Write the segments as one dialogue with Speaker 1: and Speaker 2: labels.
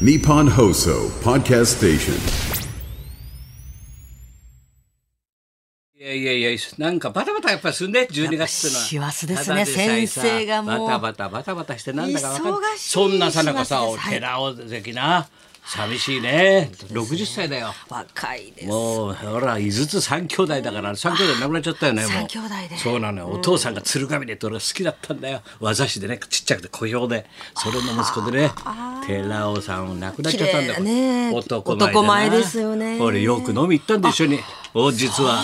Speaker 1: Nippon Hoso Podcast Station.
Speaker 2: いやいやいや、なんかバタバタやっぱりするね、12月っていうのは。
Speaker 3: やっぱ師走ですね
Speaker 2: たださえさ
Speaker 3: 先生がもう
Speaker 2: バタバタバタバタしてなんだかわかんない
Speaker 3: 忙しい
Speaker 2: そんなさなかさ、
Speaker 3: 師
Speaker 2: お
Speaker 3: 走です
Speaker 2: 寺尾関な、寂しいね。60歳だよ。
Speaker 3: 若いです。
Speaker 2: もう、ほら、井筒三兄弟だから、三兄弟なくなっちゃったよね、もう。
Speaker 3: 三兄弟で
Speaker 2: そうなのよ。お父さんが鶴亀でって俺が好きだったんだよ。和雑誌でね、ちっちゃくて小兵で。それの息子でね、寺尾さん亡くなっちゃったんだよ。
Speaker 3: 綺麗だね
Speaker 2: 男前でな
Speaker 3: 男前ですよね
Speaker 2: 俺、よく飲み行ったんで一緒に。お実は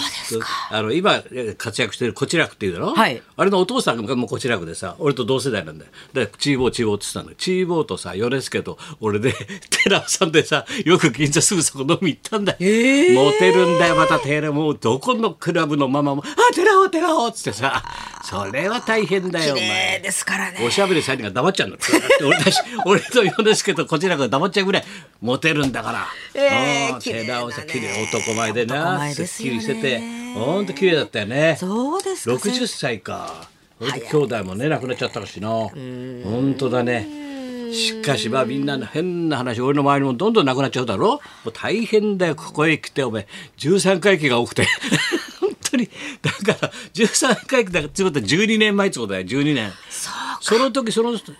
Speaker 2: あの今え活躍してるこちらくっていうだろ、
Speaker 3: はい
Speaker 2: あれのお父さんがもうこちらくでさ俺と同世代なんだよでチーボーチーボーって言ってたのよチーボーとさ米助と俺で 寺尾さんでさよく銀座すぐそこ飲み行ったんだよ、モテるんだよまた寺尾もうどこのクラブのママも「あ寺尾寺尾」っつってさそれは大変だよお
Speaker 3: 綺
Speaker 2: 前
Speaker 3: 麗ですからね。
Speaker 2: おしゃべり3人が黙っちゃうんだって俺たち 俺と米助とこちらが黙っちゃうぐらいモテるんだから、
Speaker 3: ええ
Speaker 2: うん
Speaker 3: 綺麗
Speaker 2: 手
Speaker 3: だね
Speaker 2: 直さ綺麗男前でな
Speaker 3: 男前ですす
Speaker 2: っき
Speaker 3: よ
Speaker 2: り
Speaker 3: ね
Speaker 2: しててほんと綺麗だったよね
Speaker 3: そうですか。
Speaker 2: 60歳かそれで兄弟もね亡くなっちゃったらしいなほんとだねしかしまあみんなの変な話俺の周りもどんどんなくなっちゃうだろもう大変だよここへ来ておめえ13回忌が多くて 本当にだから13回忌だからってことは12年前ってことだよ12年その時その人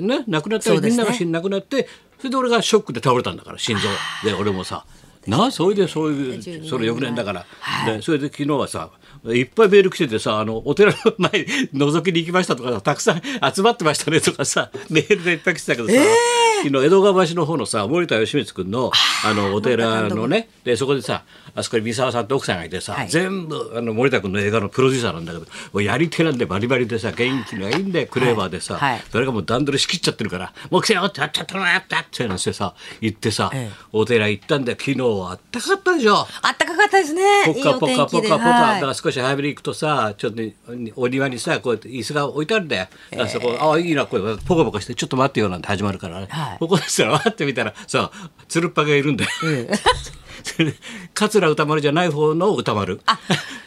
Speaker 2: ね亡くなった
Speaker 3: そ
Speaker 2: り、
Speaker 3: うで
Speaker 2: みん
Speaker 3: すね
Speaker 2: なが死ん亡くなってそれで俺がショックで倒れたんだから心臓で俺もさなそれでそういうそれ翌年だから、でそれで昨日はさいっぱいメール来ててさあのお寺の前に覗きに行きましたとかたくさん集まってましたねとかさメールでいっぱい来てたけどさ、昨日江戸川橋の方のさ森田義満君のあのお寺のねでそこでさあそこに三沢さんと奥さんがいてさ、
Speaker 3: はい
Speaker 2: 全部あの森田君の映画のプロデューサーなんだけどもうやり手なんでバリバリでさ元気がいいんでクレーバーでさ、
Speaker 3: はい
Speaker 2: 誰かもう段取り仕切っちゃってるから「もう来てよ!」って「やっちゃったなやった!」ってなんてさ行ってさ、
Speaker 3: ええ
Speaker 2: お寺行ったんだよ昨日はあったかかったでしょ。
Speaker 3: あったかかったですね。
Speaker 2: ポカポ
Speaker 3: いいお
Speaker 2: カ
Speaker 3: 天気
Speaker 2: ポカポ
Speaker 3: で
Speaker 2: カ、
Speaker 3: は
Speaker 2: だ
Speaker 3: い
Speaker 2: から少し早めに行くとさちょっとお庭にさこうやって椅子が置いてあるんだよ、だからそこあいいなこれポカポカしてちょっと待ってよなんて始まるからね、
Speaker 3: はい
Speaker 2: ここでさわーって見たらさつるっぱがいるんだよ、 桂歌丸じゃない方の歌丸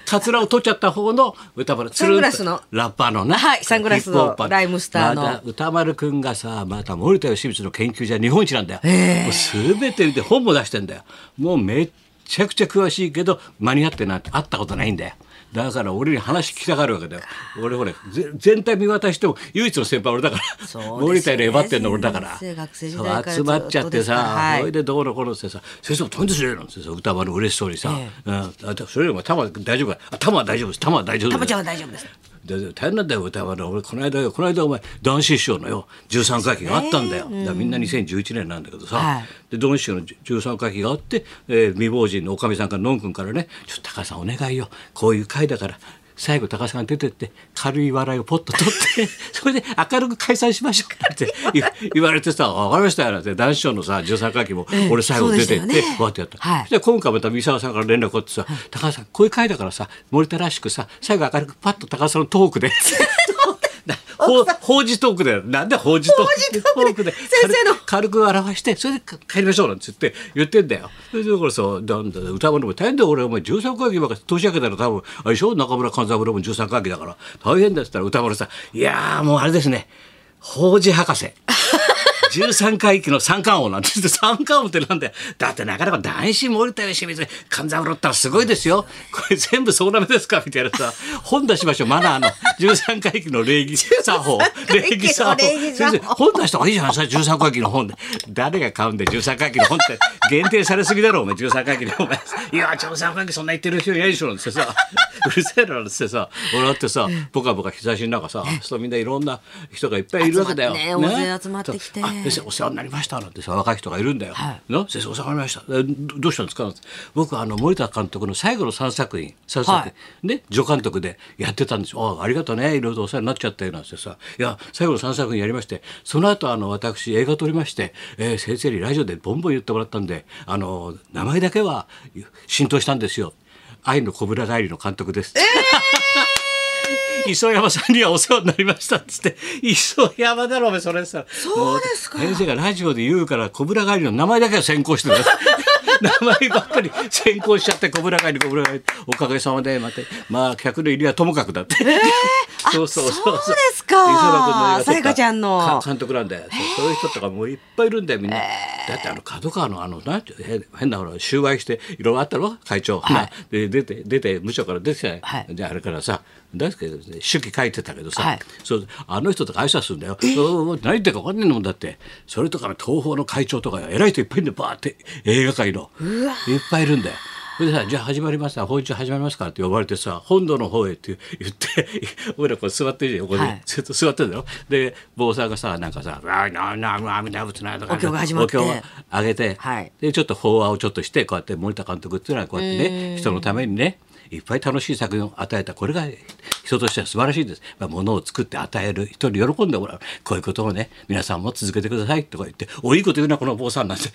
Speaker 2: 桂を取っちゃった方の歌丸つるんと
Speaker 3: サングラスの
Speaker 2: ラッパーのな
Speaker 3: はいサングラスの
Speaker 2: ヒップホッパー
Speaker 3: ライムスターの
Speaker 2: また歌丸くんがさまた森田義満の研究者日本一なんだよ、もう全て見て本も出してんだよもうめっちゃくちゃ詳しいけど間に合ってなんて会ったことないんだよだから俺に話聞きたがるわけだよ俺ほれぜ全体見渡しても唯一の先輩俺だから、
Speaker 3: そうですね
Speaker 2: 森田より粘ってんの俺だから
Speaker 3: 先生学生時代からず
Speaker 2: そ
Speaker 3: っと
Speaker 2: う集まっちゃって
Speaker 3: です
Speaker 2: さ、
Speaker 3: からはい
Speaker 2: それでどうのこうのってさ「先生も飛んですよ」なんてさ歌丸嬉しそうにさ「
Speaker 3: え
Speaker 2: うん、あそれよりも玉大丈夫かあ玉は大丈夫です玉は大丈夫です」
Speaker 3: たまちゃんは大丈夫です。
Speaker 2: でで大変なんだよ歌丸俺この間よこの間お前男子師匠のよ13回忌があったんだよ、だからみんな2011年なんだけどさ、
Speaker 3: はい
Speaker 2: で男子師匠の13回忌があって、えー未亡人のおかみさんからのんくんからね「ちょっと高橋さんお願いよこういう回だから最後高橋さんが出てって軽い笑いをポッと取って それで明るく解散しましょうか」って言言われてさ「あ分かりましたよ」なんて男子師匠のさ13回忌も
Speaker 3: ええ
Speaker 2: 俺最後出てって、
Speaker 3: そうでしたよね
Speaker 2: こうやってやった。
Speaker 3: はい
Speaker 2: で今回また三沢さんから連絡をってさ、高橋さんこういう回だからさ森田らしくさ最後明るくパッと高橋さんのトーク で。ほう法事トークだよ。なんで法事トーク
Speaker 3: 法事トークで先生の
Speaker 2: 軽く軽く表して、それで帰りましょうなんつって言ってんだよ。それでだからさ、なんだ、歌うのも大変だよ。俺、お前13回忌ばっかり年明けたら多分、あれでしょ中村勘三郎も13回忌だから。大変だっつったら歌丸さん、いやーもうあれですね。法事博 士。13回忌の三冠王なんて言って三冠王ってなんだよだってなかなか男子森田よ清水勘三郎ったらすごいですよこれ全部総なめですかみたいなさ本出しましょうマナーの13回忌の礼儀作法
Speaker 3: 回忌の礼儀作
Speaker 2: 先
Speaker 3: 法
Speaker 2: 生本出した方がいいじゃないですか13回忌の本で誰が買うんだよ13回忌の本って限定されすぎだろお前13回忌のお前いや13回忌そんな言ってる人いないでしょなんてさうるせえななんてさ俺だってさポカポカ日差しの中さそうみんないろんな人がいっぱいいるわけだよ、
Speaker 3: 集まってね大勢集まってきて
Speaker 2: そうあ先生お世話になりましたなんてさ若い人がいるんだよ、な先生お世話になりましたえどどうしたんですかなんて僕あの森田監督の最後の3作品三作品、
Speaker 3: はい
Speaker 2: で助監督でやってたんですよあありがとうねいろいろとお世話になっちゃったよなんてさいや最後の3作品やりましてその後あの私映画撮りまして、えー先生にラジオでボンボン言ってもらったんであの名前だけは浸透したんですよ愛の小倉代理の監督です、磯山さんにはお世話になりましたっつって磯山だろお前それさ
Speaker 3: そうですか
Speaker 2: もう先生がラジオで言うから小倉帰りの名前だけは先行してた 名前ばっかり先行しちゃって小倉帰り小倉帰りおかげさまでまたまあ客の入りはともかくだって、 そうそうそうそう
Speaker 3: そうですか
Speaker 2: 磯山君の映画と
Speaker 3: さやかちゃんの
Speaker 2: か監督なんだよそうそういう人とかもういっぱいいるんだよみんな、だってあの角川のあのなんて変変なほら収賄していろいろあったろ会長、
Speaker 4: はい
Speaker 2: で出て出て無所から出てきたよ、
Speaker 4: はい
Speaker 2: であれからさ大輔ですね手記書いてたけどさ、
Speaker 4: はい
Speaker 2: そうあの人とか挨拶するんだよそう何言ってるか分かんねえんだもんだってそれとかの東宝の会長とか偉い人いっぱいいるんだよバーって映画界のいっぱいいるんだよ。それでさじゃあ始まりますか本日始まりますかって呼ばれてさ本土の方へって言って 俺らこう座ってるじゃん横に、
Speaker 4: はい
Speaker 2: ずっと座ってるんだよで坊さんがさなんかさ「あななななぶつな」とか
Speaker 4: お経が始まって
Speaker 2: お経を上げて、
Speaker 4: はい
Speaker 2: でちょっと法話をちょっとしてこうやって森田監督っていうのはこうやってね人のためにねいっぱい楽しい作品を与えたこれが人としては素晴らしいです、まあ、ものを作って与える人に喜んでもらうこういうことをね皆さんも続けてくださいとか言っておいいこと言うなこの坊さんなん て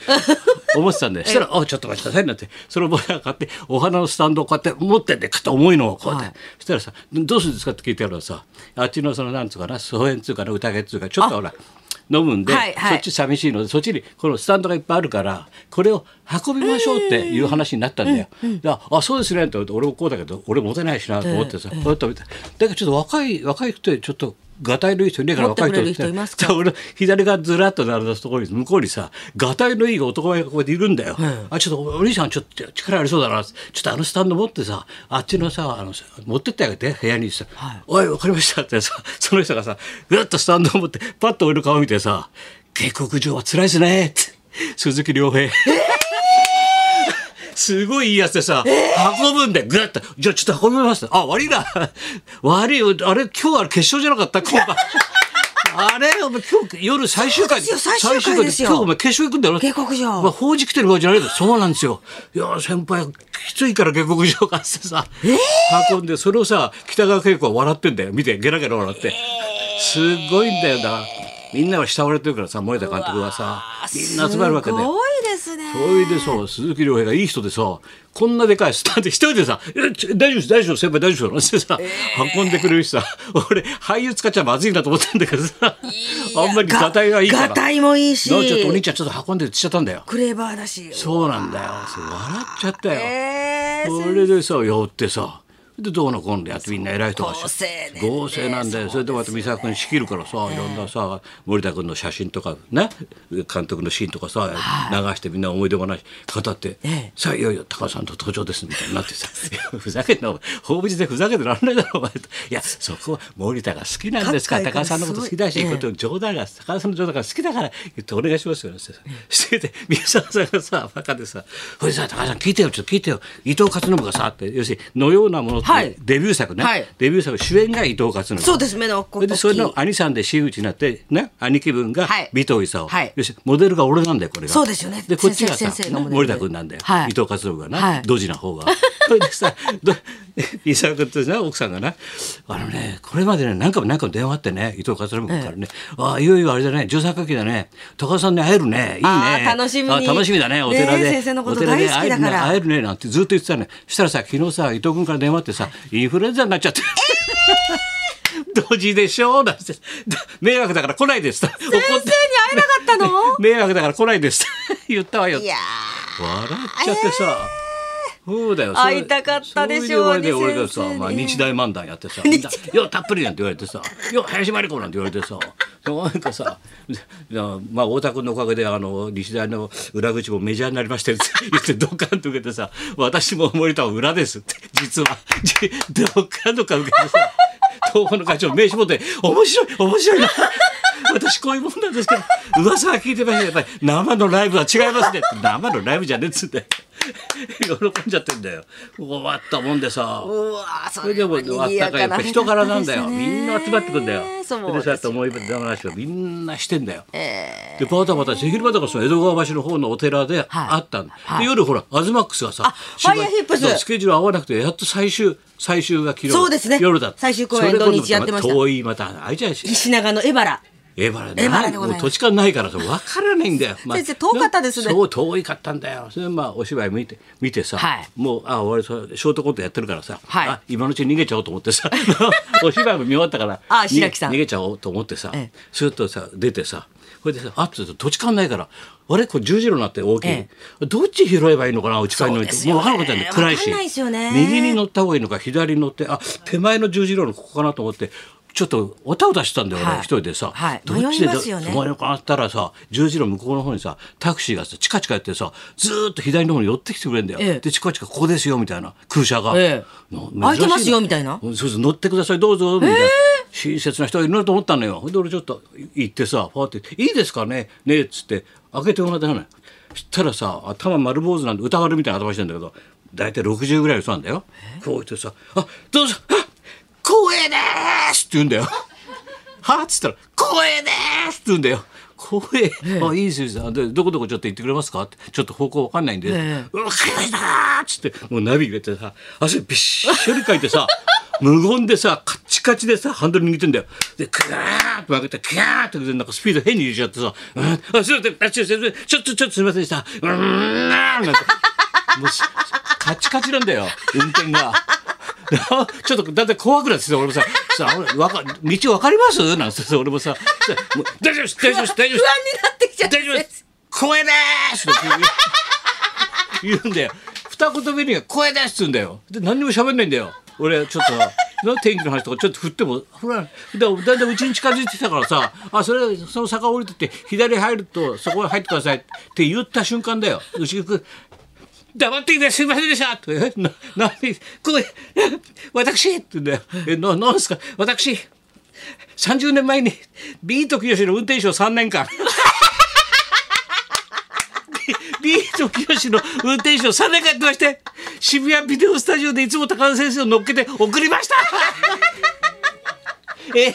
Speaker 2: 思ってたんでしたら「おちょっと待ちなさい」なんてその坊さんが買ってお花のスタンドをこうやって持ってんでかと重いのをこうやって、
Speaker 4: はい
Speaker 2: そしたらさ「どうするんですか?」って聞いてやるらさあっちのそのなんつうかな疎遠つうかな宴っつうかちょっとほら飲むんで、
Speaker 4: はいはい
Speaker 2: そっち寂しいのでそっちにこのスタンドがいっぱいあるからこれを運びましょうっていう話になったんだよ。でああそうですねって俺もこうだけど俺モテないしなと思ってさ、こうやって見てだけどちょっと若い若い人でちょっと。がたいのいい人いねえから
Speaker 4: 持って
Speaker 2: 若い
Speaker 4: くれ
Speaker 2: 人
Speaker 4: る人いますか
Speaker 2: そう俺の左側ずらっと並んだところに向こうにさがたいのいい男前がここでいるんだよ、あちょっとお兄さんちょっと力ありそうだなちょっとあのスタンド持ってさあっちのさあの持ってってあげて部屋にさ「おいわかりました」ってさその人がさぐっとスタンドを持ってパッと俺の顔見てさ「下克上は辛いですね」って鈴木亮平。すごいいいやつでさ、運ぶんだよ、ぐっと。じゃあちょっと運びます。あ、悪いな。 悪いよ。あれ、今日は決勝じゃなかった今 晩。あれお前今日夜最終回
Speaker 4: そうですよ最終回ですよ
Speaker 2: 最終今日お前決勝行くんだよな
Speaker 4: 下克上
Speaker 2: お前法事来てる場合じゃないだろそうなんですよいや先輩きついから下克上かっつってさ、運んでそれをさ北川景子は笑ってんだよ見てゲラゲラ笑って、すごいんだよなみんなは慕われてるからさ森田監督はさみんな集まるわけ
Speaker 3: す
Speaker 2: で
Speaker 3: ごいですね。
Speaker 2: それでさ鈴木亮平がいい人でさこんなでかいスタンド一人でさ「えちょ大丈夫です大丈夫です先輩大丈夫です」ってさ、運んでくれるしさ俺俳優使っちゃまずいなと思ったんだけどさあんまりがたいがいいから
Speaker 4: がたいもいいし
Speaker 2: なちょっとお兄ちゃんちょっと運んでってしちゃったんだよ
Speaker 4: クレバーだし
Speaker 2: そうなんだよそう笑っちゃったよ、
Speaker 4: えー
Speaker 2: それでさ寄ってさでどうのこうのでやってみんな偉い人がし
Speaker 4: 合成で
Speaker 2: 合成なんだよそれでまた三沢君仕切るからさいろんなさ森田君の写真とかね監督のシーンとかさ流してみんな思い出話語って
Speaker 4: ええ
Speaker 2: さあいよいよ高尾さんと登場ですみたいになってさ 「いやふざけんなお前法事でふざけてらんないだろお前」いやそこは森田が好きなんですから
Speaker 4: 各界
Speaker 2: 高
Speaker 4: から
Speaker 2: 尾さんのこと好きだし、
Speaker 4: すごいええ
Speaker 2: こと冗談が高尾さんの冗談が好きだから言ってお願いしますよ」ってしてて宮沢さんがさバカでさ「これさ高尾さん聞いてよちょっと聞いてよ伊藤勝信がさ」って要するに「のようなもの」っ
Speaker 4: はい
Speaker 2: てデビュー作ね、
Speaker 4: はい
Speaker 2: デビュー作主演が伊藤勝信。
Speaker 4: そうです目の
Speaker 2: そ
Speaker 4: こ
Speaker 2: れでそれの兄さんで真打ちになってね兄貴分が
Speaker 4: はい
Speaker 2: 尾藤勲、
Speaker 4: はい
Speaker 2: 要するにモデルが俺なんだよこれが
Speaker 4: そうですよね
Speaker 2: でこっちがさ
Speaker 4: 先生先生のモデル
Speaker 2: 森田君なんだよ、
Speaker 4: はい
Speaker 2: 伊藤勝信がな、
Speaker 4: はい
Speaker 2: ドジな 方がそれでさど伊沢君とな奥さんがなあのねこれまでね何回も何回も電話あってね伊藤勝信君からね、ああいよいよあれだね13回忌だね高田さんに会えるねいい
Speaker 4: あ
Speaker 2: ね
Speaker 4: ー楽しみに
Speaker 2: あ楽しみだねお寺で、
Speaker 4: ねえ先生のこ
Speaker 2: お
Speaker 4: と
Speaker 2: 寺で会える
Speaker 4: 大好き
Speaker 2: ね
Speaker 4: だから
Speaker 2: 会えるねなんてずっと言ってたねそしたらさ昨日さ伊藤君から電話あってさインフルエンザになっちゃって。ドジでしょなんて迷惑だから来ないですと怒
Speaker 4: 先生に会えなかったの
Speaker 2: 迷惑だから来ないですと言ったわよ
Speaker 4: いや
Speaker 2: 笑っちゃってさ、そうだよ
Speaker 4: 会いたかったでしょう
Speaker 2: そういう場合で俺が
Speaker 4: 先
Speaker 2: さ
Speaker 4: 生、ね
Speaker 2: まあ、日大漫談や ってさ「みんなよたっぷり」なんて言われてさ「よ林真理子」なんて言われてさなんかさ「なまあ、太田君のおかげであの日大の裏口もメジャーになりましたよ」って言ってドカンと受けてさ「私も森田は裏です」って実はじドカンとか受けてさ東宝の会長名刺持って「面白い面白いな」私こういうもんなんですけど噂は聞いてましたけどやっぱり生のライブは違いますねって生のライブじゃねえっつって喜んじゃってんだよ終わったもんで
Speaker 4: ー
Speaker 2: さ
Speaker 4: うわー
Speaker 2: それでもあったかいやっぱ人柄なんだよみんな集まってくんだよ
Speaker 4: そう
Speaker 2: それでそうやって思い出話をみんなしてんだよ
Speaker 4: え
Speaker 2: でバタバタして昼間とかその江戸川橋の方のお寺で会ったんだ、
Speaker 4: はい
Speaker 2: で夜ほらアズマックスがさ
Speaker 4: ファイヤーヒップス
Speaker 2: そうスケジュール合わなくてやっと最終最終が昨日
Speaker 4: そうですね
Speaker 2: 夜だった
Speaker 4: 最終公演
Speaker 2: それ今度
Speaker 4: 土日やってました
Speaker 2: 遠いまた会いちゃうし
Speaker 4: 石長のエバラ
Speaker 2: エバラ
Speaker 4: エバラでござい
Speaker 2: も
Speaker 4: ま
Speaker 2: う
Speaker 4: す
Speaker 2: 土地勘ないからさ分からないんだよ、
Speaker 4: 先生遠かったですね
Speaker 2: そう遠いかったんだよそれでまあお芝居見て見てさ、
Speaker 4: はい
Speaker 2: もうあ俺そうショートコントやってるからさ、
Speaker 4: はい
Speaker 2: あ今のうちに逃げちゃおうと思ってさ お芝居も見終わったから
Speaker 4: あ白木さん
Speaker 2: に逃げちゃおうと思ってさ
Speaker 4: ええ
Speaker 2: するとさ出てさこれでさあっと土地勘ないからあれこれ十字路になって大きい、
Speaker 4: え
Speaker 2: どっち拾えばいいのかなうち帰りの
Speaker 4: そうです
Speaker 2: も
Speaker 4: よ
Speaker 2: う
Speaker 4: ね
Speaker 2: 分からなかったんだよ暗い
Speaker 4: 分
Speaker 2: し
Speaker 4: かんないですよね
Speaker 2: 右に乗った方がいいのか左に乗ってあ手前の十字路のここかなと思ってちょっとおたおたしてたんだよ、
Speaker 3: はい
Speaker 2: 俺一人でさ、
Speaker 3: はい
Speaker 2: どっちで
Speaker 3: 迷いますよね
Speaker 2: どこにかあったらさ十字路向こうの方にさタクシーがさチカチカやってさずーっと左の方に寄ってきてくれるんだよ、
Speaker 3: ええ
Speaker 2: でチカチカここですよみたいな空車が、
Speaker 3: ええ
Speaker 2: な珍し
Speaker 3: 開い
Speaker 2: な
Speaker 3: てますよみたいな
Speaker 2: そうそう乗ってくださいどうぞみたいな、親切な人がいるなと思ったのよほんで俺ちょっと行ってさパーって「いいですかねねえ」っつって開けてもらったのよそしたらさ頭丸坊主なんで歌われみたいな頭してんだけど大体60ぐらいの人なんだよこう言ってさ「あどうぞあ光栄でーす!」って言うんだよ。はっつったら「光栄です!」って言うんだよ。光栄、あいいですよいいですよでどこどこちょっと行ってくれますかってちょっと方向わかんないんで「わ、
Speaker 3: え
Speaker 2: かりました!」っつってもうナビ入れてさ汗びっしょりかいてさ 無言でさカッチカチでさハンドル握ってんだよでクガーッと曲げてクガーッとなんかスピード変に入れちゃってさ「うん、あすいませんあちょちょちょちょちょっとすいませんでした」うーんなんかもうしカチカチなんだよ運転が。 ちょっとだんだん怖くなってきて俺もさ「さあ俺わか道わかります?」なんてさ俺もさ「もう大丈夫です大丈夫です大丈夫です」
Speaker 3: になってきちゃっ
Speaker 2: 大丈夫です声でーすって言う言うんだよ二言目には声ですっつうんだよで何にも喋んないんだよ俺ちょっとな天気の話とかちょっと振ってもほらだだんだんうちに近づいてきたからさあそれその坂降りてって左入るとそこへ入ってくださいって言った瞬間だよ牛久君黙っていてすいませんでしたとえな何これ私って言うんだよえななんですか私30年前にビートきよしの運転手を3年間ビートきよしの運転手を3年間やってまして渋谷ビデオスタジオでいつも高田先生を乗っけて送りました えー、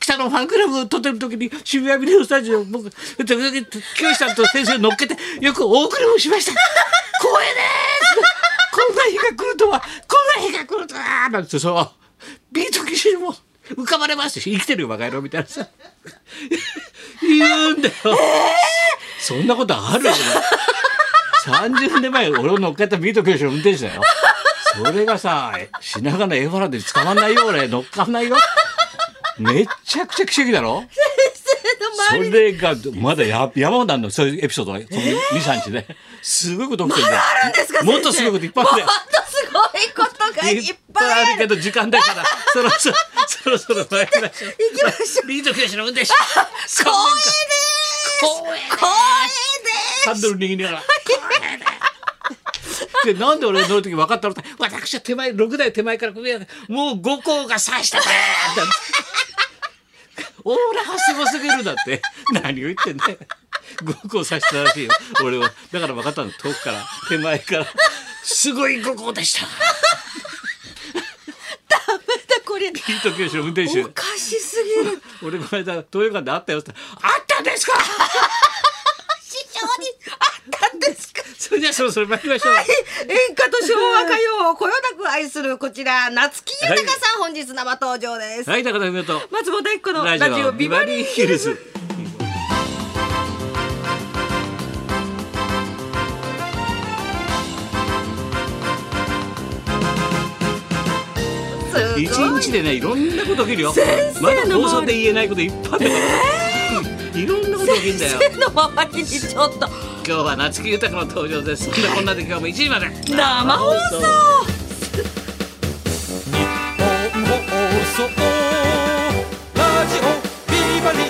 Speaker 2: 北のファンクラブを撮ってる時に渋谷ビデオスタジオ僕時々きよしさんと先生を乗っけてよくお送りをしました 光栄ですこんな日が来るとはこんな日が来るとはなんてさビートきよしも浮かばれますし生きてるよバカ野郎みたいなさ 言うんだよ、そんなことあるよ30年前俺を乗っけたビート教師の運転手だよそれがさ品川のエ原で捕まんないよ俺乗っかんないよめっちゃくちゃ奇跡だろそれがまだや山ほどあるのそういうエピソードがこの23日ですごいこと起きてるんだよ
Speaker 3: あるんですか
Speaker 2: もっとすごいこといっぱいあるんだよ
Speaker 3: もっとすごいことがいっぱい
Speaker 2: いっぱい
Speaker 3: あ
Speaker 2: あるけ
Speaker 3: る
Speaker 2: ど時間だ からそろそろそろそろ参りましょう
Speaker 3: 行きましょう
Speaker 2: ビート教師の運転手
Speaker 3: 光栄です光
Speaker 2: ハンドル握りながら。 でなんで俺が乗る時分かったのって私は手前6台手前からこうもう5校が刺したからって オーラがすごすぎるだって 何を言ってんだよ5校刺したらしいよ俺はだから分かったの遠くから手前からすごい5校でした
Speaker 3: 栄ですこれ
Speaker 2: ピート教師の運転手
Speaker 3: おかしすぎる
Speaker 2: 俺この間東洋館で会ったよって言ったらあったんですか
Speaker 3: 師匠にあったんですか
Speaker 2: それじゃあそろそろ参りましょう、
Speaker 3: 演歌と昭和歌謡をこよなく愛するこちら夏木豊さん、本日生登場です、
Speaker 2: はい高田文夫と
Speaker 3: 松本一子のラジオビバリ
Speaker 2: ー
Speaker 3: ー
Speaker 2: ヒルズ。
Speaker 3: すごい
Speaker 2: 一日でね、いろんなこと起きるよ
Speaker 3: 先。生の
Speaker 2: ま
Speaker 3: 周り
Speaker 2: だ放送で言えないこといっぱいあるから。いろんなこと起きるんだよ。
Speaker 3: 先生の周りにちょっと
Speaker 2: 今日は夏木豊の登場です。そんなこんなで今日も1時まで。
Speaker 3: 生放送
Speaker 5: 放送ラジオビバリー